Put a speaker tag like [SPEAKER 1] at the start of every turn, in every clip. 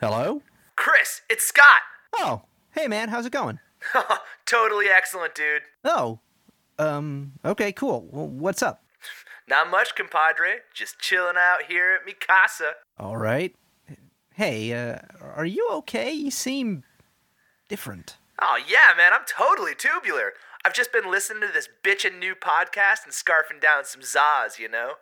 [SPEAKER 1] Hello?
[SPEAKER 2] Chris, it's Scott.
[SPEAKER 1] Oh, hey man, how's it going?
[SPEAKER 2] totally excellent, dude.
[SPEAKER 1] Oh, um, okay, cool. Well, what's up?
[SPEAKER 2] Not much, compadre. Just chilling out here at Mikasa.
[SPEAKER 1] All right. Hey, uh, are you okay? You seem different.
[SPEAKER 2] Oh, yeah, man, I'm totally tubular. I've just been listening to this bitchin' new podcast and scarfing down some Zaz, you know?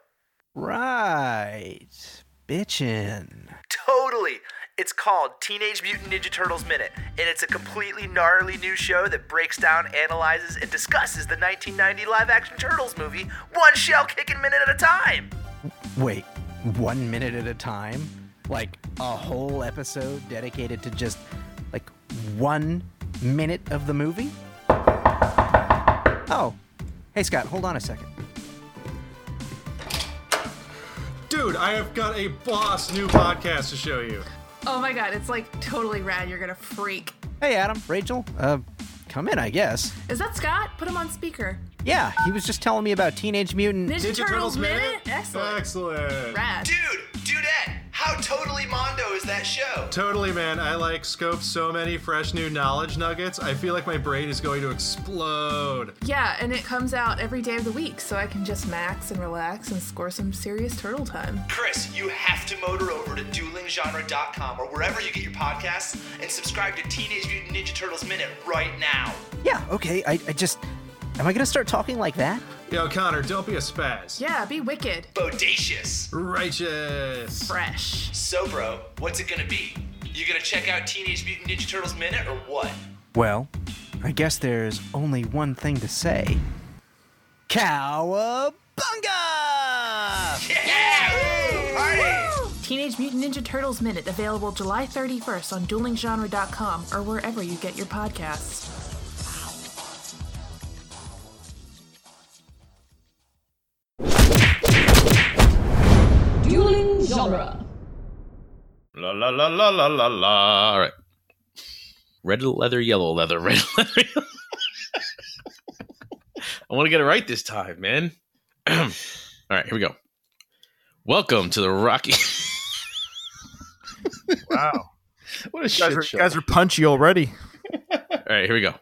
[SPEAKER 1] Right. Bitchin'.
[SPEAKER 2] Totally. It's called Teenage Mutant Ninja Turtles Minute, and it's a completely gnarly new show that breaks down, analyzes, and discusses the 1990 live action Turtles movie, one shell kicking minute at a time.
[SPEAKER 1] Wait, one minute at a time? Like a whole episode dedicated to just like one minute of the movie? Oh, hey Scott, hold on a second.
[SPEAKER 3] Dude, I have got a boss new podcast to show you.
[SPEAKER 4] Oh my god, it's like totally rad. You're gonna freak.
[SPEAKER 1] Hey Adam, Rachel, uh, come in, I guess.
[SPEAKER 4] Is that Scott? Put him on speaker.
[SPEAKER 1] Yeah, he was just telling me about Teenage Mutant.
[SPEAKER 4] Ninja, Turtles, minute? Excellent.
[SPEAKER 3] Excellent.
[SPEAKER 4] Rad.
[SPEAKER 2] Dude, dudette, how totally Mondo is that show?
[SPEAKER 3] Totally, man. I like scoped so many fresh new knowledge nuggets. I feel like my brain is going to explode.
[SPEAKER 4] Yeah, and it comes out every day of the week, so I can just max and relax and score some serious turtle time.
[SPEAKER 2] Chris, you have to motor over to duelinggenre.com or wherever you get your podcasts and subscribe to Teenage Mutant Ninja Turtles Minute right now.
[SPEAKER 1] Yeah, okay, I, I just. Am I gonna start talking like that?
[SPEAKER 3] Yo, Connor, don't be a spaz.
[SPEAKER 4] Yeah, be wicked.
[SPEAKER 2] Bodacious.
[SPEAKER 3] Righteous.
[SPEAKER 4] Fresh.
[SPEAKER 2] So, bro, what's it gonna be? You gonna check out Teenage Mutant Ninja Turtles Minute or what?
[SPEAKER 1] Well, I guess there's only one thing to say Cowabunga!
[SPEAKER 2] Yeah! Ooh, party!
[SPEAKER 4] Teenage Mutant Ninja Turtles Minute available July 31st on duelinggenre.com or wherever you get your podcasts.
[SPEAKER 5] Dueling genre.
[SPEAKER 6] La la la la la la la. All right. Red leather, yellow leather, red leather. Yellow. I want to get it right this time, man. All right, here we go. Welcome to the Rocky.
[SPEAKER 7] Wow.
[SPEAKER 6] what a
[SPEAKER 7] You guys,
[SPEAKER 6] shit
[SPEAKER 7] are,
[SPEAKER 6] show.
[SPEAKER 7] you guys are punchy already.
[SPEAKER 6] All right, here we go.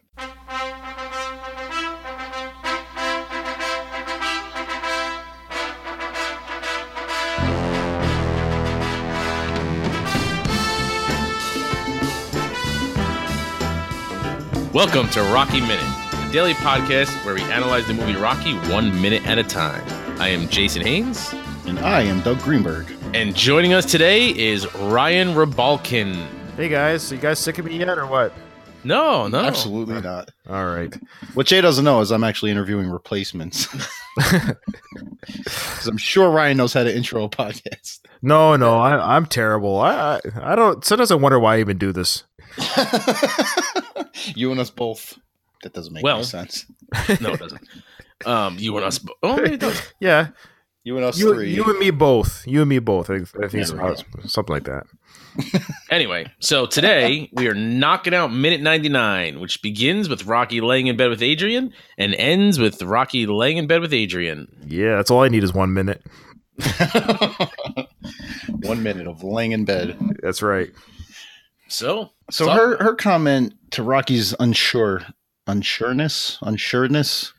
[SPEAKER 6] Welcome to Rocky Minute, a daily podcast where we analyze the movie Rocky one minute at a time. I am Jason Haynes,
[SPEAKER 8] And I am Doug Greenberg.
[SPEAKER 6] and joining us today is Ryan Rabalkin.
[SPEAKER 7] Hey guys, you guys sick of me yet or what?
[SPEAKER 6] No, no.
[SPEAKER 8] Absolutely not.
[SPEAKER 7] All right.
[SPEAKER 8] What Jay doesn't know is I'm actually interviewing replacements. Because I'm sure Ryan knows how to intro a podcast.
[SPEAKER 7] No, no, I, I'm terrible. I, I, I don't. Sometimes I wonder why I even do this.
[SPEAKER 8] you and us both. That doesn't make
[SPEAKER 6] Well-
[SPEAKER 8] any sense.
[SPEAKER 6] no, it doesn't. Um, you and us. bo- Oh, maybe it does.
[SPEAKER 7] Yeah,
[SPEAKER 8] You and us
[SPEAKER 7] you,
[SPEAKER 8] three.
[SPEAKER 7] you and me both. You and me both. I, think- I think it's
[SPEAKER 8] There we
[SPEAKER 7] about something like that.
[SPEAKER 6] Anyway, so today we are knocking out minute 99, which begins with Rocky laying in bed with Adrian and ends with Rocky laying in bed with Adrian.
[SPEAKER 7] Yeah, that's all I need is one minute.
[SPEAKER 8] One minute of laying in bed.
[SPEAKER 7] That's right.
[SPEAKER 6] So,
[SPEAKER 8] So her her comment to Rocky's unsure, unsureness, unsureness,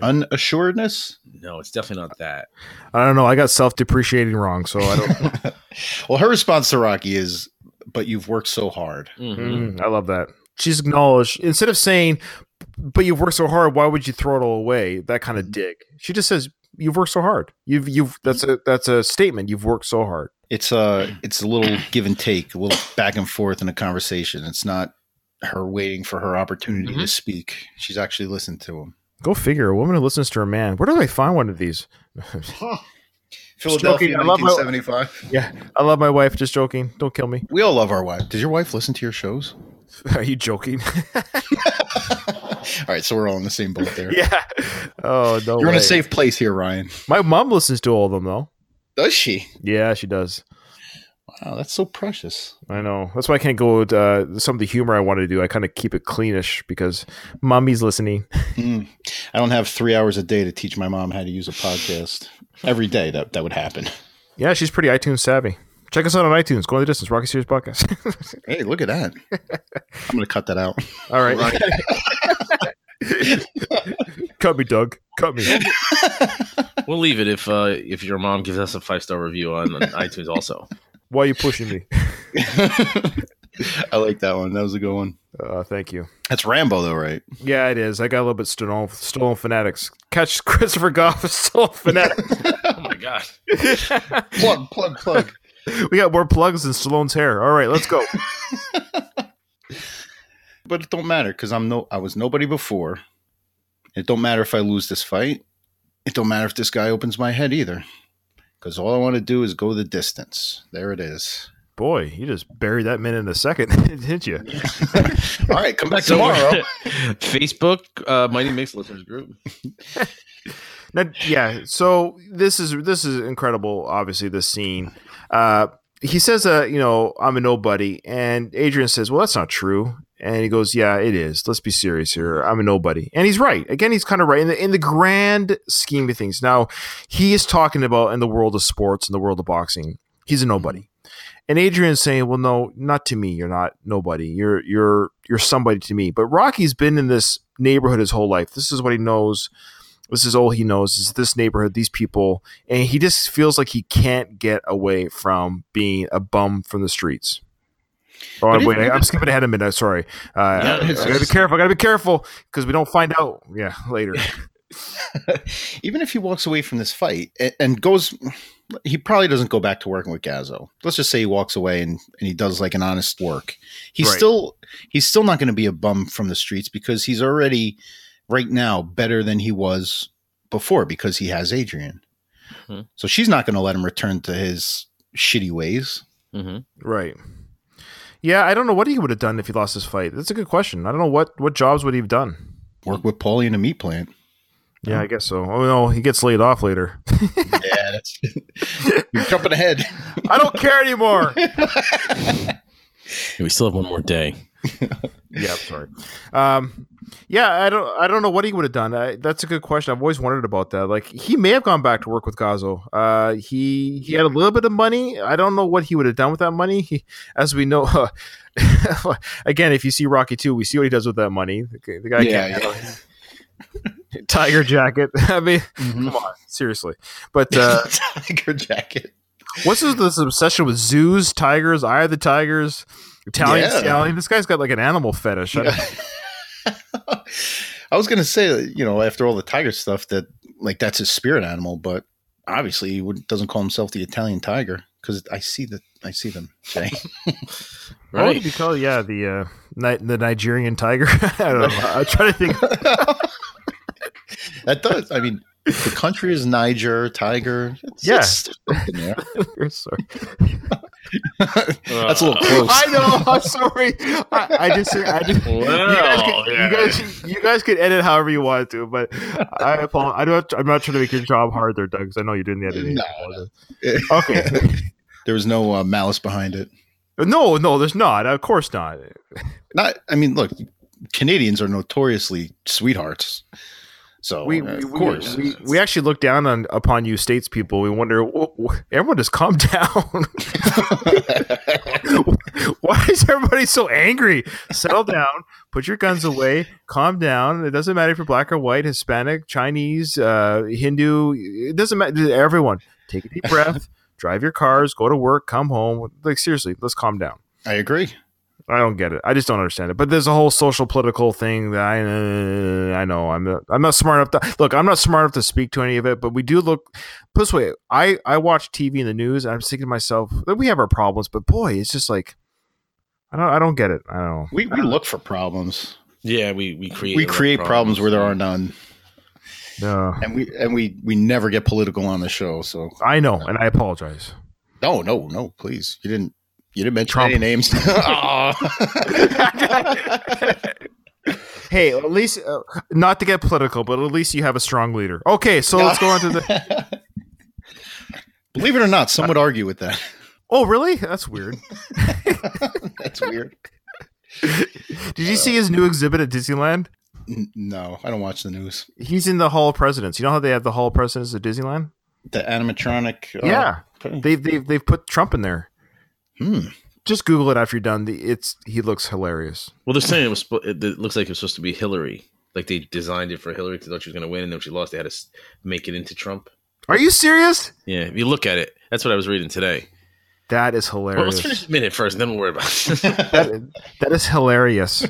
[SPEAKER 8] unassuredness.
[SPEAKER 6] no, it's definitely not that.
[SPEAKER 7] I don't know. I got self depreciating wrong, so I don't.
[SPEAKER 8] Well, her response to Rocky is, "But you've worked so hard."
[SPEAKER 6] Mhm.
[SPEAKER 7] Mm, I love that. She's acknowledged instead of saying, "But you've worked so hard. Why would you throw it all away?" That kind of dig. She just says, "You've worked so hard. You've you've that's a that's a statement. You've worked so hard."
[SPEAKER 8] it's a it's a little give and take, a little back and forth in a conversation. It's not her waiting for her opportunity to speak. She's actually listened to him.
[SPEAKER 7] Go figure. A woman who listens to her man. Where do I find one of these?
[SPEAKER 8] Philadelphia,
[SPEAKER 7] Smoking, I love how-
[SPEAKER 8] 1975.
[SPEAKER 7] Yeah, I love my wife. Just joking. Don't kill me.
[SPEAKER 8] We all love our wife. Does your wife listen to your shows?
[SPEAKER 7] Are you joking?
[SPEAKER 8] all right, so we're all in the same boat there.
[SPEAKER 7] yeah. Oh no.
[SPEAKER 8] You're in a
[SPEAKER 7] way.
[SPEAKER 8] safe place here, Ryan.
[SPEAKER 7] my mom listens to all of them though.
[SPEAKER 8] Does she?
[SPEAKER 7] Yeah, she does.
[SPEAKER 8] Wow, that's so precious.
[SPEAKER 7] I know. That's why I can't go with uh, some of the humor I wanted to do. I kind of keep it cleanish because mommy's listening.
[SPEAKER 8] Mm. I don't have three hours a day to teach my mom how to use a podcast. Every day that that would happen.
[SPEAKER 7] Yeah, she's pretty iTunes savvy. Check us out on iTunes. Go on the distance. Rocky Series Podcast.
[SPEAKER 8] Hey, look at that. I'm going to cut that out.
[SPEAKER 7] All right. Cut me, Doug. Cut me.
[SPEAKER 6] We'll leave it if uh, if your mom gives us a five star review on, on iTunes. Also,
[SPEAKER 7] Why are you pushing me?
[SPEAKER 8] I like that one. That was a good one.
[SPEAKER 7] Uh, thank you.
[SPEAKER 8] That's Rambo, though, right?
[SPEAKER 7] Yeah, it is. I got a little bit stolen, stolen fanatics. Catch Christopher Goff stolen fanatics.
[SPEAKER 6] oh my god,
[SPEAKER 8] Plug, plug, plug.
[SPEAKER 7] we got more plugs than Stallone's hair. All right, let's go.
[SPEAKER 8] But it don't matter because I'm no, I was nobody before. It don't matter if I lose this fight. It don't matter if this guy opens my head either, because all I want to do is go the distance. There it is.
[SPEAKER 7] Boy, you just buried that man in a second, didn't you?
[SPEAKER 8] All right, come back
[SPEAKER 6] So,
[SPEAKER 8] tomorrow.
[SPEAKER 6] Facebook uh, Mighty Mix listeners group.
[SPEAKER 7] Now, yeah. So this is this is incredible. Obviously, this scene. Uh, he says, "Uh, you know, I'm a nobody," and Adrian says, "Well, that's not true." And he goes, "Yeah, it is. Let's be serious here. I'm a nobody." And he's right. Again, he's kind of right in the in the grand scheme of things. Now, he is talking about in the world of sports in the world of boxing, he's a nobody. And Adrian's saying, "Well, no, not to me. You're not nobody. You're you're you're somebody to me." But Rocky's been in this neighborhood his whole life. This is what he knows this is all he knows is this neighborhood these people and he just feels like he can't get away from being a bum from the streets oh
[SPEAKER 8] But
[SPEAKER 7] wait
[SPEAKER 8] isn't
[SPEAKER 7] I, i'm
[SPEAKER 8] it-
[SPEAKER 7] skipping ahead a minute sorry uh,
[SPEAKER 8] No,
[SPEAKER 7] i
[SPEAKER 8] it's-
[SPEAKER 7] gotta be careful i gotta be careful because we don't find out yeah later
[SPEAKER 8] Even if he walks away from this fight a- and goes, he probably doesn't go back to working with Gazzo. Let's just say he walks away and, and he does like an honest work. He's
[SPEAKER 7] Right.
[SPEAKER 8] still he's still not going to be a bum from the streets because he's already right now better than he was before because he has Adrian.
[SPEAKER 6] Mhm.
[SPEAKER 8] So she's not going to let him return to his shitty ways.
[SPEAKER 6] hmm
[SPEAKER 7] right yeah i don't know what he would have done if he lost his fight that's a good question i don't know what what jobs would he have done
[SPEAKER 8] Work with Paulie in a meat plant.
[SPEAKER 7] yeah i guess so oh no he gets laid off later
[SPEAKER 8] yeah, that's you're jumping ahead.
[SPEAKER 7] i don't care anymore
[SPEAKER 6] we still have one more day.
[SPEAKER 7] yeah, I'm sorry. Um, yeah, I don't, I don't know what he would have done. I, that's a good question. I've always wondered about that. Like, he may have gone back to work with Gazo. Uh, he he had a little bit of money. I don't know what he would have done with that money. He, as we know, again, if you see Rocky two, we see what he does with that money. The, the guy
[SPEAKER 8] Yeah,
[SPEAKER 7] can't tiger jacket. I mean,
[SPEAKER 8] Mhm.
[SPEAKER 7] come on, seriously. But uh,
[SPEAKER 8] tiger jacket.
[SPEAKER 7] what's this, this obsession with zoos, tigers, eye of the tigers, Italian
[SPEAKER 8] Yeah.
[SPEAKER 7] stallion? This guy's got like an animal fetish. I-
[SPEAKER 8] I was gonna say, you know, after all the tiger stuff, that like that's his spirit animal, but obviously he wouldn't, doesn't call himself the Italian tiger because I see the I see them. Jay.
[SPEAKER 7] What would
[SPEAKER 6] Right?
[SPEAKER 7] it be called? Yeah, the uh, Ni- the Nigerian tiger. I don't know. I'm trying to think.
[SPEAKER 8] that does. I mean, the country is Niger tiger. It's,
[SPEAKER 7] Yeah.
[SPEAKER 8] it's something there.
[SPEAKER 7] sorry.
[SPEAKER 8] that's a little close.
[SPEAKER 7] I know. I'm sorry. I, I just. I just you, guys
[SPEAKER 6] Well,
[SPEAKER 7] could, you guys, you guys could edit however you want to, but I apologize. I don't, I'm not trying to make your job hard there, Doug, because I know you're doing the editing.
[SPEAKER 8] No,
[SPEAKER 7] Okay.
[SPEAKER 8] there was no uh, malice behind it.
[SPEAKER 7] No, no, there's not. Of course not.
[SPEAKER 8] Not. I mean, look, Canadians are notoriously sweethearts. So
[SPEAKER 7] We,
[SPEAKER 8] uh,
[SPEAKER 7] we,
[SPEAKER 8] of
[SPEAKER 7] we-
[SPEAKER 8] course.
[SPEAKER 7] we, we actually look down on upon you states people. We wonder, "Wh- wh- everyone just calm down. Why is everybody so angry? Settle down. Put your guns away. Calm down. It doesn't matter if you're black or white, Hispanic, Chinese, uh, Hindu. It doesn't matter. Everyone, take a deep breath. drive your cars. Go to work. Come home. Like seriously, let's calm down.
[SPEAKER 8] I agree.
[SPEAKER 7] I don't get it. I just don't understand it. But there's a whole social political thing that I uh, I know I'm not, I'm not smart enough to look. I'm not smart enough to speak to any of it. But we do look. Put this way, I I watch TV and the news, and I'm thinking to myself that we have our problems. But boy, it's just like I don't I don't get it. I don't. know.
[SPEAKER 8] We, we look for problems.
[SPEAKER 6] Yeah, we we create
[SPEAKER 8] we
[SPEAKER 6] a lot of
[SPEAKER 8] create problems. where there are none,
[SPEAKER 7] No.
[SPEAKER 8] and we and we we never get political on the show. So
[SPEAKER 7] I know, and I apologize.
[SPEAKER 8] no, no, no, please, you didn't you didn't mention
[SPEAKER 7] Trump.
[SPEAKER 8] any names. Aw.
[SPEAKER 7] Hey, at least uh, not to get political, but at least you have a strong leader. Okay, so let's go on to the.
[SPEAKER 8] Believe it or not, some would argue with that.
[SPEAKER 7] Oh, really? That's weird.
[SPEAKER 8] That's weird.
[SPEAKER 7] Did you see his new exhibit at Disneyland?
[SPEAKER 8] N- No, I don't watch the news.
[SPEAKER 7] He's in the Hall of Presidents. You know how they have the Hall of Presidents at Disneyland?
[SPEAKER 8] The animatronic. uh,
[SPEAKER 7] yeah,
[SPEAKER 8] okay.
[SPEAKER 7] they've they've they've put Trump in there.
[SPEAKER 6] Hmm.
[SPEAKER 7] Just Google it after you're done. The, it's he looks hilarious.
[SPEAKER 6] Well, they're saying it was. spo- It it looks like it was supposed to be Hillary. Like they designed it for Hillary because they thought she was going to win, and then when she lost, they had to s- make it into Trump.
[SPEAKER 7] Are you serious?
[SPEAKER 6] Yeah, if you look at it, that's what I was reading today.
[SPEAKER 7] That is
[SPEAKER 6] Well,
[SPEAKER 7] hilarious.
[SPEAKER 6] let's finish the minute first, and then we'll worry about it.
[SPEAKER 7] that, that is hilarious.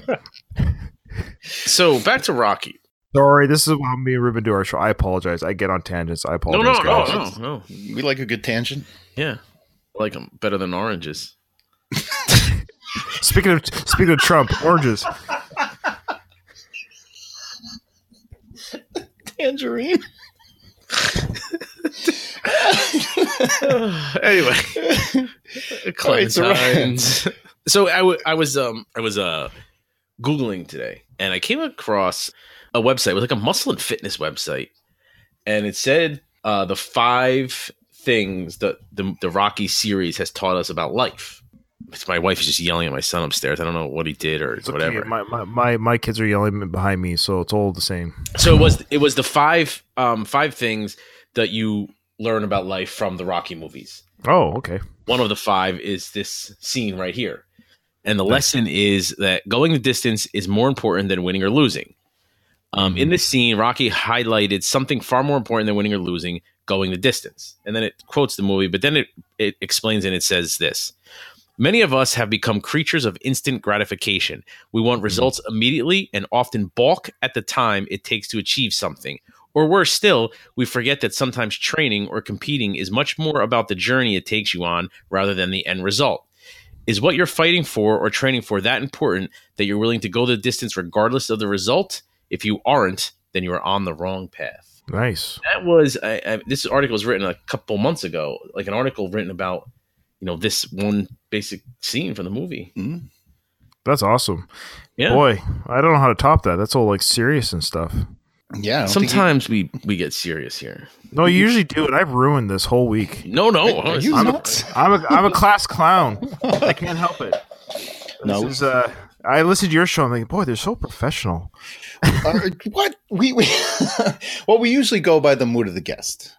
[SPEAKER 6] so back to Rocky.
[SPEAKER 7] Sorry, this is how me and Ruben do our show. I apologize. I get on tangents. I
[SPEAKER 6] No,
[SPEAKER 7] apologize.
[SPEAKER 6] no, no,
[SPEAKER 7] guys.
[SPEAKER 6] no, no.
[SPEAKER 8] We like a good tangent.
[SPEAKER 6] Yeah, I like them better than oranges.
[SPEAKER 7] Speaking of speaking of Trump, oranges.
[SPEAKER 8] Tangerine.
[SPEAKER 6] anyway,
[SPEAKER 8] Alright, so-
[SPEAKER 6] Clementines. so I wa- I was um I was uh googling today, and I came across a website it was like a muscle and fitness website, and it said uh, the five things that the the Rocky series has taught us about life. It's- My wife is just yelling at my son upstairs. I don't know what he did or
[SPEAKER 7] It's okay.
[SPEAKER 6] whatever.
[SPEAKER 7] My, my, my, my kids are yelling behind me, so it's all the same.
[SPEAKER 6] so it was it was the five um five things that you learn about life from the Rocky movies.
[SPEAKER 7] Oh, okay.
[SPEAKER 6] one of the five is this scene right here. And the lesson is that going the distance is more important than winning or losing. Um, in this scene, Rocky highlighted something far more important than winning or losing going the distance. And then it quotes the movie, but then it, it explains and it says this Many of us have become creatures of instant gratification. We want results immediately and often balk at the time it takes to achieve something. Or worse still, we forget that sometimes training or competing is much more about the journey it takes you on rather than the end result. Is what you're fighting for or training for that important that you're willing to go the distance regardless of the result? If you aren't, then you are on the wrong path.
[SPEAKER 7] Nice.
[SPEAKER 6] That was I, I, this article was written a couple months ago, like an article written about you know this one basic scene from the movie.
[SPEAKER 8] Mm.
[SPEAKER 7] That's awesome.
[SPEAKER 6] Yeah.
[SPEAKER 7] Boy, I don't know how to top that. That's all like serious and stuff.
[SPEAKER 8] Yeah. I don't think
[SPEAKER 6] Sometimes we we get serious here.
[SPEAKER 7] No, you usually do, and I've ruined this whole week.
[SPEAKER 6] No, no,
[SPEAKER 8] Are you
[SPEAKER 6] I'm-
[SPEAKER 8] nuts?
[SPEAKER 7] I'm a I'm a class clown. I can't help it.
[SPEAKER 8] No.
[SPEAKER 7] This is, uh, I listened to your show. I'm like, boy, they're so professional.
[SPEAKER 8] Uh, what we, we well we usually go by the mood of the guest.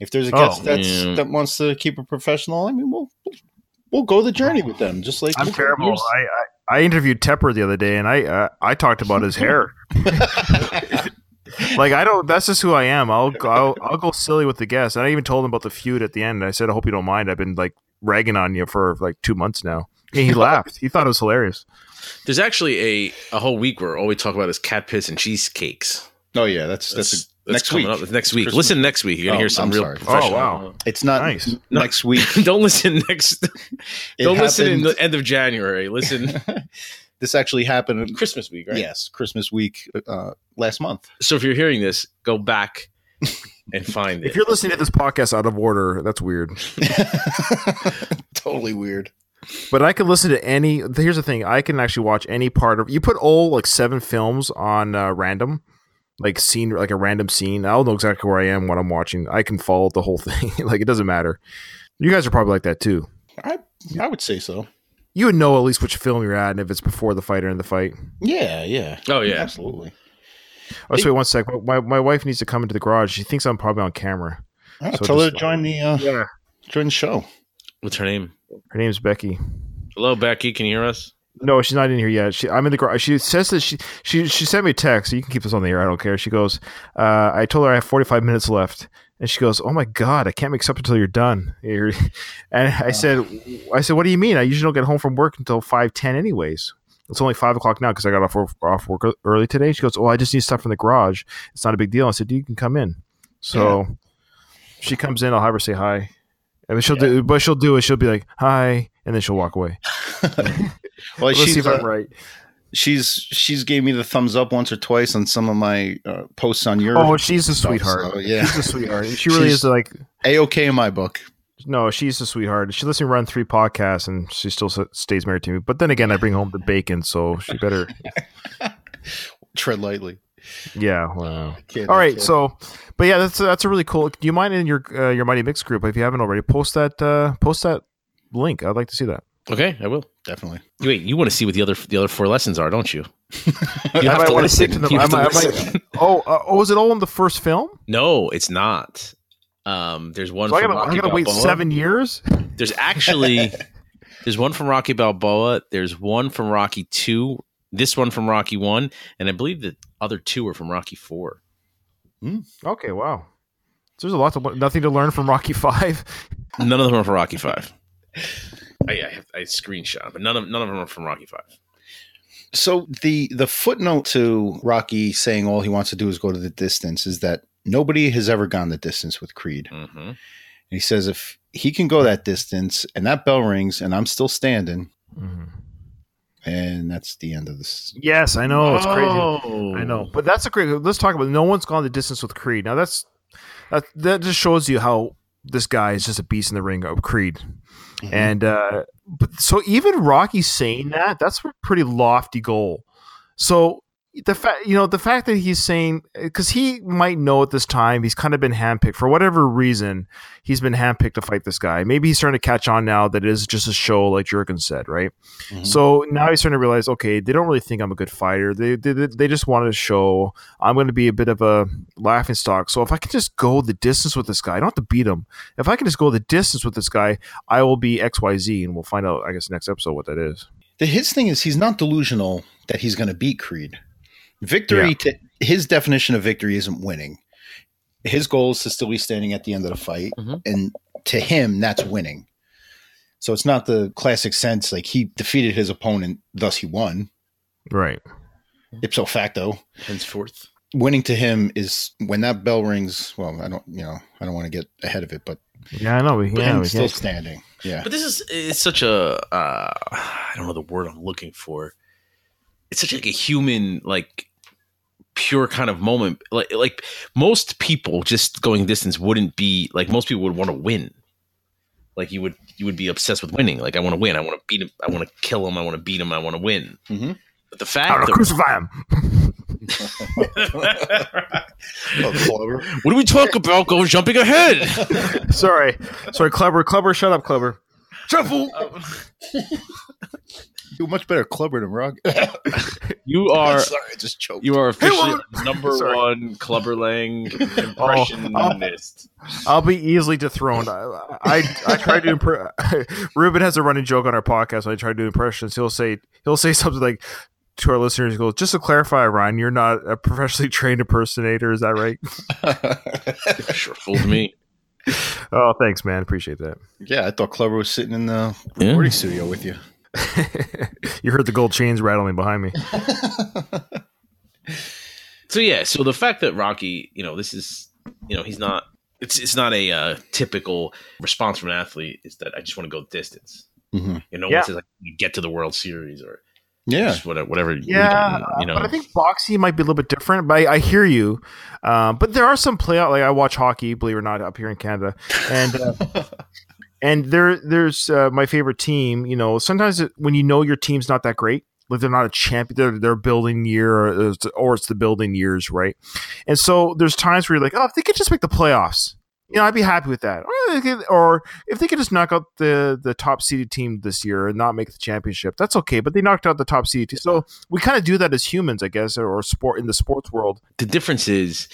[SPEAKER 8] If there's a
[SPEAKER 7] Oh,
[SPEAKER 8] guest that's
[SPEAKER 6] yeah.
[SPEAKER 8] that wants to keep it professional, I mean we'll we'll go the journey with them, just like
[SPEAKER 7] I'm terrible. I, I I interviewed Tepper the other day, and I uh, I talked about his hair. like I don't. That's just who I am. I'll go- I'll, I'll go silly with the guests. And I even told him about the feud at the end. I said, I hope you don't mind. I've been like ragging on you for like two months now. And he laughed. He thought it was hilarious.
[SPEAKER 6] There's actually a a whole week where all we talk about is cat piss and cheesecakes.
[SPEAKER 8] Oh yeah, that's that's, next
[SPEAKER 6] coming
[SPEAKER 8] week.
[SPEAKER 6] up. It's next week.
[SPEAKER 8] Christmas.
[SPEAKER 6] Listen next week. You're gonna
[SPEAKER 8] Oh,
[SPEAKER 6] hear some
[SPEAKER 8] I'm
[SPEAKER 6] real
[SPEAKER 8] sorry. Oh,
[SPEAKER 6] professional.
[SPEAKER 7] wow.
[SPEAKER 8] It's not
[SPEAKER 7] Nice.
[SPEAKER 8] n- next week.
[SPEAKER 6] Don't listen next.
[SPEAKER 8] It
[SPEAKER 6] don't listen in the
[SPEAKER 8] happened-
[SPEAKER 6] end of January. Listen
[SPEAKER 8] this actually happened.
[SPEAKER 6] Christmas week, right?
[SPEAKER 8] Yes, Christmas week uh, last month.
[SPEAKER 6] So if you're hearing this, go back and find it.
[SPEAKER 7] If you're listening to this podcast out of order, that's weird.
[SPEAKER 8] totally weird.
[SPEAKER 7] But I can listen to any. Here's the thing: I can actually watch any part of. You put all like seven films on uh, random, like scene, like a random scene. I'll know exactly where I am, what I'm watching. I can follow the whole thing. like it doesn't matter. You guys are probably like that too.
[SPEAKER 8] I I would say so.
[SPEAKER 7] You would know at least which film you're at, and if it's before the fight or in the fight.
[SPEAKER 8] Yeah, yeah.
[SPEAKER 6] oh yeah.
[SPEAKER 8] Absolutely.
[SPEAKER 7] Oh, so wait one sec. My my wife needs to come into the garage. She thinks I'm probably on camera.
[SPEAKER 8] All right,
[SPEAKER 7] So
[SPEAKER 8] tell her
[SPEAKER 7] just-
[SPEAKER 8] to join the uh,
[SPEAKER 7] Yeah.
[SPEAKER 8] join the show.
[SPEAKER 6] What's her name?
[SPEAKER 7] Her name's Becky.
[SPEAKER 6] Hello, Becky. Can you hear us?
[SPEAKER 7] No, she's not in here yet. She, I'm in the garage. She says that she she she sent me a text. You can keep this on the air. I don't care. She goes, uh, I told her I have 45 minutes left, and she goes, Oh my god, I can't make up until you're done. You're- And I said, I said, What do you mean? I usually don't get home from work until 5:10 anyways. It's only five o'clock now because I got off work, off work early today. She goes, Oh, I just need stuff from the garage. It's not a big deal. I said, You can come in. So she comes in. I'll have her say hi. And she'll do, but she'll do it. She'll be like, "Hi," and then she'll walk away.
[SPEAKER 8] Well,
[SPEAKER 7] Let's see
[SPEAKER 8] she's
[SPEAKER 7] if
[SPEAKER 8] uh,
[SPEAKER 7] I'm right.
[SPEAKER 8] she's she's gave me the thumbs up once or twice on some of my uh, posts on your
[SPEAKER 7] Oh, she's a sweetheart.
[SPEAKER 8] so, yeah.
[SPEAKER 7] she's a sweetheart. She really
[SPEAKER 8] She's-
[SPEAKER 7] is like
[SPEAKER 8] a okay in my book.
[SPEAKER 7] no, she's a sweetheart. She lets me run three podcasts, and she still s- stays married to me. But then again, I bring home the bacon, so she better.
[SPEAKER 8] Tread lightly.
[SPEAKER 7] Yeah. Wow.
[SPEAKER 8] Kid,
[SPEAKER 7] All right.
[SPEAKER 8] kid.
[SPEAKER 7] So, but yeah, that's that's a really cool. Do you mind in your uh, your mighty mix group if you haven't already? Post that uh, post that link. I'd like to see that.
[SPEAKER 6] Okay, I will.
[SPEAKER 8] definitely.
[SPEAKER 6] Wait, you want to see what the other the other four lessons are, don't you? You
[SPEAKER 7] I
[SPEAKER 6] have
[SPEAKER 7] might
[SPEAKER 6] to
[SPEAKER 7] wanna
[SPEAKER 6] listen.
[SPEAKER 7] stick to them.
[SPEAKER 6] You have
[SPEAKER 7] I
[SPEAKER 6] to
[SPEAKER 7] might- I
[SPEAKER 6] listen.
[SPEAKER 7] Oh, uh, oh, is it all in the first film?
[SPEAKER 6] No, it's not. Um, there's one.
[SPEAKER 7] So I
[SPEAKER 6] from
[SPEAKER 7] gotta, I
[SPEAKER 6] Rocky
[SPEAKER 7] gotta wait
[SPEAKER 6] Balboa.
[SPEAKER 7] seven years.
[SPEAKER 6] There's actually There's one from Rocky Balboa. There's one from Rocky Two. This one from Rocky One, and I believe the other two are from Rocky Four.
[SPEAKER 7] Okay, wow. So there's a lot to le- nothing to learn from Rocky Five.
[SPEAKER 6] None of them are from Rocky Five. I, I, have- I screenshot, but none of none of them are from Rocky Five.
[SPEAKER 8] So the the footnote to Rocky saying all he wants to do is go to the distance is that nobody has ever gone the distance with Creed.
[SPEAKER 6] Mm-hmm.
[SPEAKER 8] And he says if he can go that distance and that bell rings and I'm still standing, and that's the end of this.
[SPEAKER 7] Yes, I know it's crazy.
[SPEAKER 6] crazy.
[SPEAKER 7] I know, but that's a great. Let's talk about. it. No one's gone the distance with Creed. Now that's that. That just shows you how this guy is just a beast in the ring of Creed. And uh, but so even Rocky saying that that's a pretty lofty goal. So the fact you know the fact that he's saying because he might know at this time he's kind of been handpicked for whatever reason he's been handpicked to fight this guy. Maybe he's starting to catch on now that it is just a show like Jurgen said, right? So now he's starting to realize, okay, they don't really think I'm a good fighter. They they, they just wanted to show I'm going to be a bit of a laughing stock. So if I can just go the distance with this guy, I don't have to beat him. If I can just go the distance with this guy, I will be X Y Z, and we'll find out, I guess, next episode what that is.
[SPEAKER 8] The, his thing is he's not delusional that he's going to beat Creed. Victory
[SPEAKER 7] Yeah.
[SPEAKER 8] to his definition of victory isn't winning. His goal is to still be standing at the end of the fight,
[SPEAKER 7] Mm-hmm.
[SPEAKER 6] Mhm.
[SPEAKER 8] and to him, that's winning. So it's not the classic sense like he defeated his opponent, thus he won
[SPEAKER 7] Right.
[SPEAKER 8] ipso facto.
[SPEAKER 6] Henceforth,
[SPEAKER 8] Winning to him is when that bell rings. Well, I don't, you know, I don't want to get ahead of it, but
[SPEAKER 7] Yeah, I know. We, yeah,
[SPEAKER 8] him
[SPEAKER 7] we
[SPEAKER 8] still
[SPEAKER 7] can't-
[SPEAKER 8] standing. Yeah,
[SPEAKER 6] But this is it's such a uh, I don't know the word I'm looking for. It's such like a human like pure kind of moment. Like like most people just going distance wouldn't be like most people would want to win. Like you would you would be obsessed with winning. Like I want to win. I want to beat him. I want to kill him. I want to beat him. I want to win.
[SPEAKER 8] Mhm.
[SPEAKER 6] But the
[SPEAKER 7] I don't
[SPEAKER 6] fact
[SPEAKER 7] know.
[SPEAKER 6] that,
[SPEAKER 7] Crucify him.
[SPEAKER 8] Oh, clever.
[SPEAKER 6] what do we talk about? Go jumping ahead.
[SPEAKER 7] Sorry, sorry, Clubber. Clubber, shut up, Clubber. Shuffle.
[SPEAKER 8] You're much better clubber than Rug.
[SPEAKER 6] You are
[SPEAKER 8] Sorry, I just choked.
[SPEAKER 6] you are officially
[SPEAKER 7] Hey, woman.
[SPEAKER 6] number
[SPEAKER 7] Sorry.
[SPEAKER 6] one clubber lang impressionist.
[SPEAKER 7] I'll be easily dethroned. I I, I try to impress. Ruben has a running joke on our podcast. When I try to do impressions. He'll say he'll say something like to our listeners. He goes, "Just to clarify, Ryan, you're not a professionally trained impersonator. Is that right?"
[SPEAKER 6] sure fooled me.
[SPEAKER 7] oh, thanks, man. Appreciate that.
[SPEAKER 8] yeah, I thought Clubber was sitting in the
[SPEAKER 6] Yeah.
[SPEAKER 8] recording studio with you.
[SPEAKER 7] you heard the gold chains rattling behind me.
[SPEAKER 6] So yeah, so the fact that Rocky, you know, this is, you know, he's not. It's it's not a uh, typical response from an athlete. Is that I just want to go distance.
[SPEAKER 8] Mhm.
[SPEAKER 6] You know,
[SPEAKER 7] Yeah.
[SPEAKER 6] yeah. says like you get to the World Series or
[SPEAKER 8] Yeah,
[SPEAKER 6] just whatever, whatever. you
[SPEAKER 7] Yeah,
[SPEAKER 6] got, you know,
[SPEAKER 7] but I think boxing might be a little bit different. But I, I hear you. Um, but there are some playout. Like I watch hockey, believe it or not, up here in Canada, and uh, and there there's uh, my favorite team. You know, sometimes it, when you know your team's not that great, like they're not a champion, they're, they're building year, or it's, or it's the building years, right? And so there's times where you're like, oh, if they could just make the playoffs. You know, I'd be happy with that. Or, they could- or if they could just knock out the the top seeded team this year and not make the championship, that's okay. But they knocked out the top seeded team, so we kind of do that as humans, I guess, or, or sport in the sports world.
[SPEAKER 6] the difference is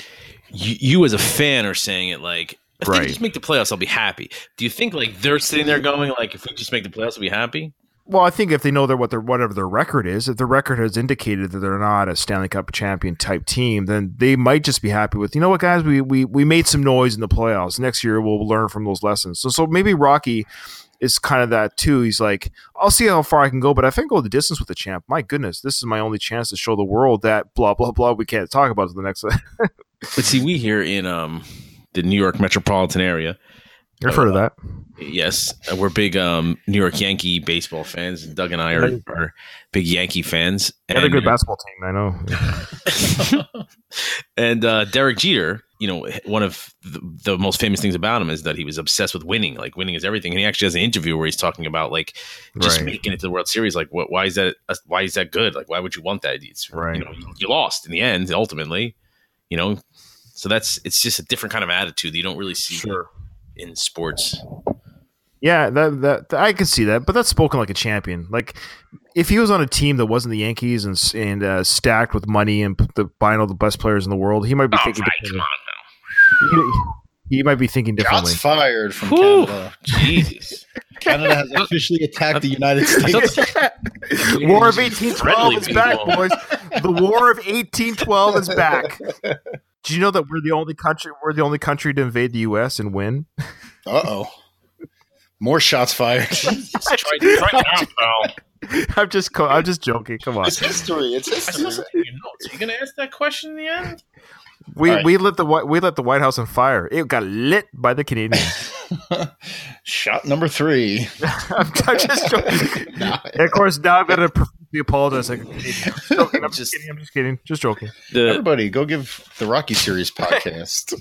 [SPEAKER 6] you, you as a fan are saying it like. If
[SPEAKER 7] Right.
[SPEAKER 6] they just make the playoffs, I'll be happy. Do you think like they're sitting there going like, if we just make the playoffs, I'll be happy?
[SPEAKER 7] Well, I think if they know that what their whatever their record is, if the record has indicated that they're not a Stanley Cup champion type team, then they might just be happy with you know what guys we we, we made some noise in the playoffs. Next year we'll learn from those lessons. So so maybe Rocky is kind of that too. He's like, I'll see how far I can go, but if I can go the distance with the champ, my goodness, this is my only chance to show the world that blah blah blah. We can't talk about it the next.
[SPEAKER 6] But see, we here in um the New York metropolitan area,
[SPEAKER 7] I've heard of that.
[SPEAKER 6] Yes, uh, we're big um, New York Yankee baseball fans. Doug and I are, are big Yankee fans.
[SPEAKER 7] They had a
[SPEAKER 6] And-
[SPEAKER 7] good basketball team, I know.
[SPEAKER 6] and uh, Derek Jeter, you know, one of the, the most famous things about him is that he was obsessed with winning. Like winning is everything. And he actually has an interview where he's talking about like just
[SPEAKER 7] Right.
[SPEAKER 6] making it to the World Series. Like, what? Why is that? uh, Why is that good? Like, why would you want that? It's
[SPEAKER 7] Right.
[SPEAKER 6] You know, you, you lost in the end. Ultimately, you know. So that's it's just a different kind of attitude that you don't really see in sports.
[SPEAKER 7] Yeah, that, that that- I could see that, but that's spoken like a champion. Like if he was on a team that wasn't the Yankees and s- and uh, stacked with money and p- the buying all the best players in the world, he might be
[SPEAKER 6] Oh,
[SPEAKER 7] thinking.
[SPEAKER 6] right, come on,
[SPEAKER 7] He- You might be thinking differently.
[SPEAKER 8] Shots fired from
[SPEAKER 6] Whew.
[SPEAKER 8] Canada.
[SPEAKER 6] Jesus.
[SPEAKER 8] Canada has officially attacked the United States.
[SPEAKER 7] War of
[SPEAKER 6] Friendly
[SPEAKER 7] 1812 is back,
[SPEAKER 6] people.
[SPEAKER 7] boys. The War of 1812 is back. Do you know that we're the only country? We're the only country to invade the U.S. and win.
[SPEAKER 8] Uh oh. More shots fired.
[SPEAKER 6] Just try- try it out, pal.
[SPEAKER 7] I'm just, co- I'm just joking. Come on,
[SPEAKER 8] It's history. It's
[SPEAKER 6] I saw
[SPEAKER 8] history.
[SPEAKER 6] something in your notes. Are you gonna ask that question in the end?
[SPEAKER 7] we
[SPEAKER 8] all right.
[SPEAKER 7] we lit the Whi- we lit the White House on fire. It got lit by the Canadians.
[SPEAKER 8] Shot number three.
[SPEAKER 7] I'm, I'm just joking. And of course, now I'm gonna profusely apologize. Like, a Canadian. I'm, just joking. I'm just
[SPEAKER 6] Just-
[SPEAKER 7] kidding. I'm just kidding. Just joking.
[SPEAKER 6] The
[SPEAKER 8] Everybody, go give the Rocky series podcast.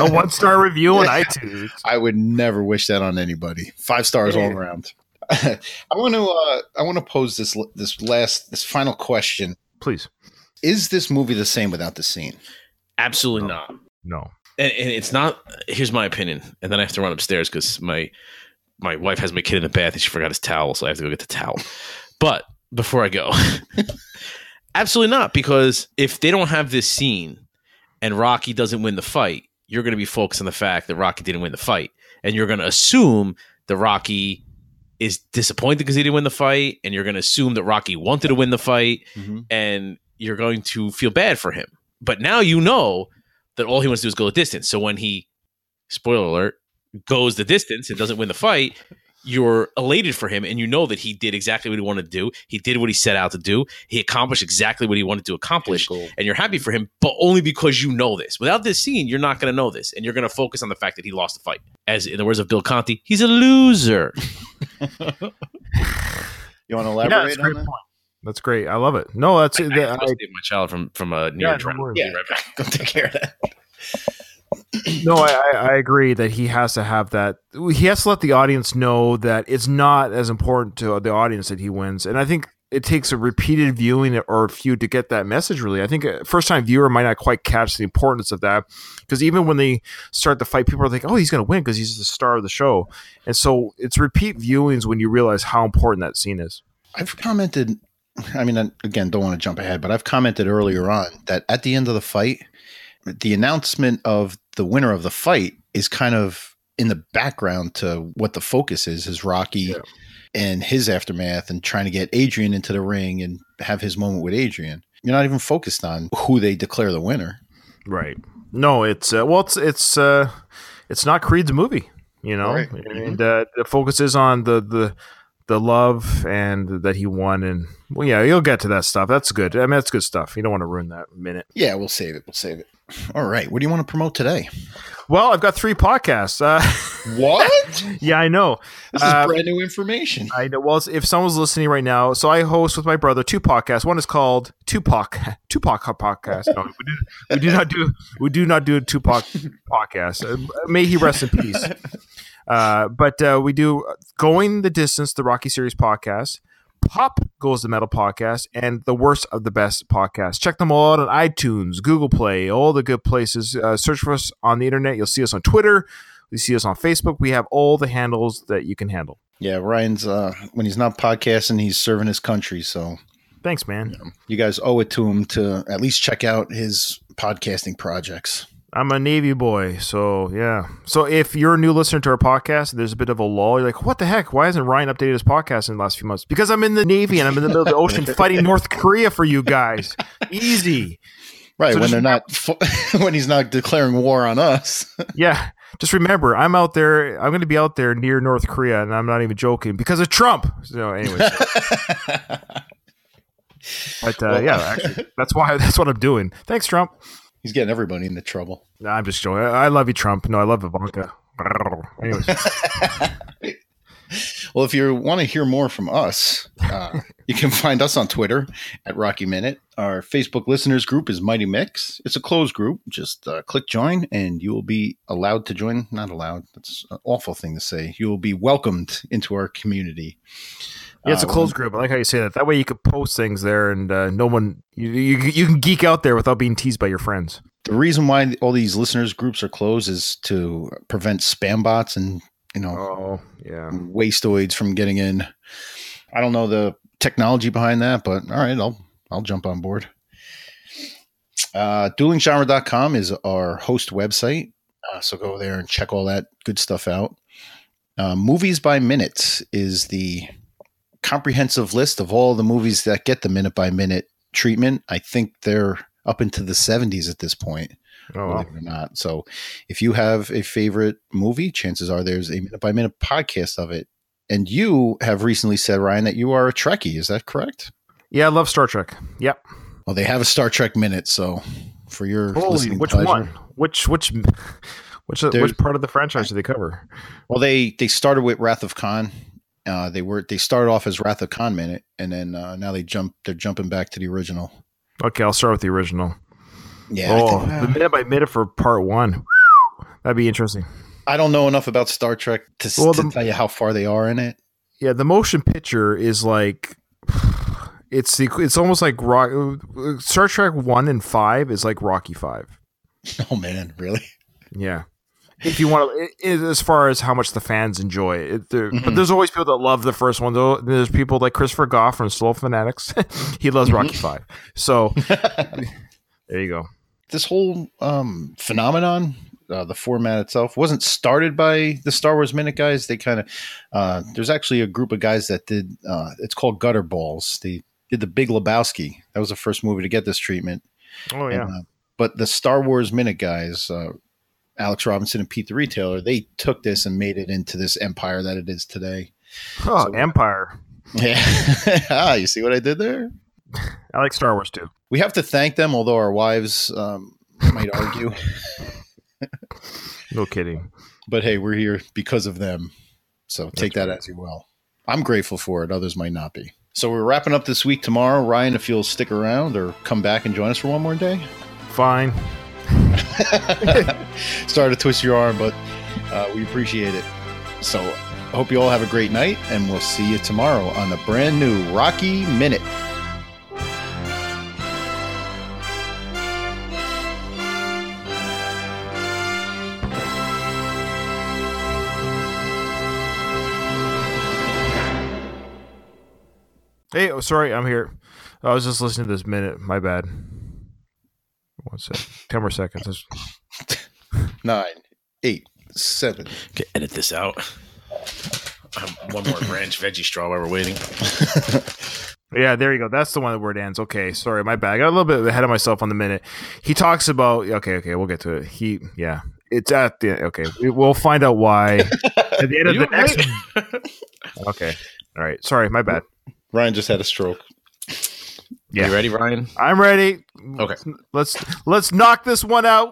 [SPEAKER 7] A one star review on iTunes.
[SPEAKER 8] I would never wish that on anybody. Five stars all around. I want to. Uh, I want to pose this this last this final question.
[SPEAKER 7] Please,
[SPEAKER 8] Is this movie the same without the scene?
[SPEAKER 6] absolutely not.
[SPEAKER 7] no.
[SPEAKER 6] and, and it's not here's my opinion and then i have to run upstairs because my my wife has my kid in the bath and she forgot his towel so i have to go get the towel but before i go absolutely not because if they don't have this scene and rocky doesn't win the fight you're going to be focused on the fact that rocky didn't win the fight and you're going to assume that rocky is disappointed because he didn't win the fight and you're going to assume that rocky wanted to win the fight and you're going to feel bad for him. But now you know that all he wants to do is go the distance. So when he, spoiler alert, goes the distance and doesn't win the fight, you're elated for him and you know that he did exactly what he wanted to do. He did what he set out to do. He accomplished exactly what he wanted to accomplish.
[SPEAKER 8] Cool.
[SPEAKER 6] And you're happy for him, but only because you know this. Without this scene, you're not going to know this. And you're going to focus on the fact that he lost the fight. As in the words of Bill Conti, he's a loser.
[SPEAKER 8] You want to
[SPEAKER 7] Yeah,
[SPEAKER 8] elaborate
[SPEAKER 7] that's a great
[SPEAKER 8] on
[SPEAKER 7] point. That's great. I love it. No, that's.
[SPEAKER 6] I
[SPEAKER 7] that-
[SPEAKER 6] have to save my child from, from a near
[SPEAKER 7] Yeah, no
[SPEAKER 6] drown.
[SPEAKER 7] worries.
[SPEAKER 6] Be right back.
[SPEAKER 8] that? Go take care of that.
[SPEAKER 7] No, I, I I agree that he has to have that. He has to let the audience know that it's not as important to the audience that he wins. And I think it takes a repeated viewing or a few to get that message, really. I think a first time viewer might not quite catch the importance of that because even when they start the fight, people are like, oh, he's going to win because he's the star of the show. And so it's repeat viewings when you realize how important that scene is.
[SPEAKER 8] I've commented. I mean, I- again, don't want to jump ahead, but I've commented earlier on that at the end of the fight, the announcement of the winner of the fight is kind of in the background to what the focus is: is Rocky
[SPEAKER 7] Yeah.
[SPEAKER 8] and his aftermath, and trying to get Adrian into the ring and have his moment with Adrian. You're not even focused on who they declare the winner.
[SPEAKER 7] Right. No, it's uh, well, it's it's uh, it's not Creed's movie, you know,
[SPEAKER 8] Right.
[SPEAKER 7] and uh, the focus is on the the the love and that he won, and well, yeah, you'll get to that stuff. That's good. I mean, that's good stuff. You don't want to ruin that minute.
[SPEAKER 8] Yeah, we'll save it. We'll save it. All right. What do you want to promote today?
[SPEAKER 7] Well, I've got three podcasts. Uh,
[SPEAKER 8] What? this is
[SPEAKER 7] yeah, I know. Uh,
[SPEAKER 8] brand new information.
[SPEAKER 7] I know. Well, if someone's listening right now, so I host with my brother two podcasts. One is called Tupac Tupac podcast. No, we, do, we do not do we do not do a Tupac podcast. Uh, may he rest in peace. Uh, but uh, we do going the distance, the Rocky series podcast. Pop goes the metal podcast and the worst of the best podcast. Check them all out on iTunes, Google Play, all the good places. Uh, search for us on the internet. You'll see us on Twitter. You see us on Facebook. We have all the handles that you can handle.
[SPEAKER 8] Yeah, Ryan's uh, when he's not podcasting, he's serving his country. So
[SPEAKER 7] Thanks, man.
[SPEAKER 8] you guys owe it to him to at least check out his podcasting projects.
[SPEAKER 7] I'm a Navy boy, so yeah. So if you're a new listener to our podcast, and there's a bit of a lull. You're like, what the heck? Why hasn't Ryan updated his podcast in the last few months? Because I'm in the Navy and I'm in the middle of the ocean fighting North Korea for you guys. Easy.
[SPEAKER 8] Right
[SPEAKER 7] So
[SPEAKER 8] when
[SPEAKER 7] just-
[SPEAKER 8] they're not when he's not declaring war on us.
[SPEAKER 7] Yeah. Just remember, I'm out there. I'm going to be out there near North Korea, and I'm not even joking because of Trump. So, anyways. but uh,
[SPEAKER 8] Well-
[SPEAKER 7] yeah, actually, that's why that's what I'm doing. Thanks, Trump.
[SPEAKER 8] he's getting everybody into trouble.
[SPEAKER 7] No, I'm just joking. I I love you, Trump. No, I love Ivanka. Anyways.
[SPEAKER 8] Well, if you want to hear more from us, uh, you can find us on Twitter at Rocky Minute. Our Facebook listeners group is Mighty Mix. It's a closed group. Just uh, click join, and you will be allowed to join. Not allowed. That's an awful thing to say. You will be welcomed into our community.
[SPEAKER 7] Yeah, it's a
[SPEAKER 8] Uh,
[SPEAKER 7] closed group. I like how you say that. That way you could post things there, and uh, no one you, you you can geek out there without being teased by your friends.
[SPEAKER 8] the reason why all these listeners groups are closed is to prevent spam bots and you know
[SPEAKER 7] Oh yeah,
[SPEAKER 8] wasteoids from getting in i don't know the technology behind that but all right i'll i'll jump on board uh duelinggenre.com is our host website uh, so go there and check all that good stuff out. Uh, movies by minutes is the comprehensive list of all the movies that get the minute by minute treatment. I think they're up into the 70s at this point,
[SPEAKER 7] Oh, wow.
[SPEAKER 8] believe it or not. So if you have a favorite movie, chances are there's a minute by minute podcast of it. And you have recently said, Ryan, that you are a Trekkie. Is that correct?
[SPEAKER 7] yeah, I love Star Trek. Yep.
[SPEAKER 8] Well, they have a Star Trek minute, so for your listening
[SPEAKER 7] which
[SPEAKER 8] pleasure.
[SPEAKER 7] one? Which which which uh,
[SPEAKER 8] There's-
[SPEAKER 7] which part of the franchise do they cover?
[SPEAKER 8] Well, they they started with Wrath of Khan. Uh, they were they started off as Wrath of Khan minute, and then uh, now they jump they're jumping back to the original.
[SPEAKER 7] Okay, I'll start with the original.
[SPEAKER 8] Yeah, I,
[SPEAKER 7] Oh,
[SPEAKER 8] think- uh,
[SPEAKER 7] the minute by minute for part one. That'd be interesting.
[SPEAKER 8] I don't know enough about Star Trek to, s-
[SPEAKER 7] Well,
[SPEAKER 8] to
[SPEAKER 7] the-
[SPEAKER 8] tell you how far they are in it.
[SPEAKER 7] Yeah, the motion picture is like it's the, it's almost like rock uh, Star Trek one and five is like Rocky five.
[SPEAKER 8] Oh man, really?
[SPEAKER 7] Yeah. If you want to, as far as how much the fans enjoy it, It- there- but there's always people that love the first one. Though there's people like Christopher Goff from Slow Fanatics, he loves Rocky Five. So there you go.
[SPEAKER 8] This whole um, phenomenon, uh, the format itself, wasn't started by the Star Wars minute guys. They kind of uh, there's actually a group of guys that did. Uh, it's called Gutter Balls. They did the Big Lebowski. That was the first movie to get this treatment.
[SPEAKER 7] Oh yeah,
[SPEAKER 8] And, uh, but the Star Wars Minute guys, uh, Alex Robinson and Pete the Retailer, they took this and made it into this empire that it is today.
[SPEAKER 7] oh Empire.
[SPEAKER 8] Yeah. ah, you see what I did there?
[SPEAKER 7] I like Star Wars too.
[SPEAKER 8] We have to thank them, although our wives um, might argue.
[SPEAKER 7] No kidding.
[SPEAKER 8] But hey, we're here because of them. So take that as you will. I'm grateful for it. Others might not be. So we're wrapping up this week tomorrow. Ryan, if you'll stick around or come back and join us for one more day.
[SPEAKER 7] Fine.
[SPEAKER 8] Started to twist your arm, but uh, we appreciate it. So I hope you all have a great night, and we'll see you tomorrow on a brand new Rocky Minute.
[SPEAKER 7] Hey, oh, sorry, I'm here. I was just listening to this minute. My bad. One sec. Ten more seconds. Let's-
[SPEAKER 8] Nine, eight, seven.
[SPEAKER 6] Okay, edit this out. Um, one more branch veggie straw while we're waiting.
[SPEAKER 7] Yeah, there you go. That's the one where it ends. Okay, sorry, my bad. I got a little bit ahead of myself on the minute. He talks about okay, okay, we'll get to it. He, yeah, it's at the okay. We, we'll find out why at the end of the next. okay, all right. Sorry, my bad.
[SPEAKER 8] Ryan just had a stroke.
[SPEAKER 7] Yeah.
[SPEAKER 6] You ready, Ryan?
[SPEAKER 7] I'm ready.
[SPEAKER 6] Okay.
[SPEAKER 7] Let's let's knock this one out.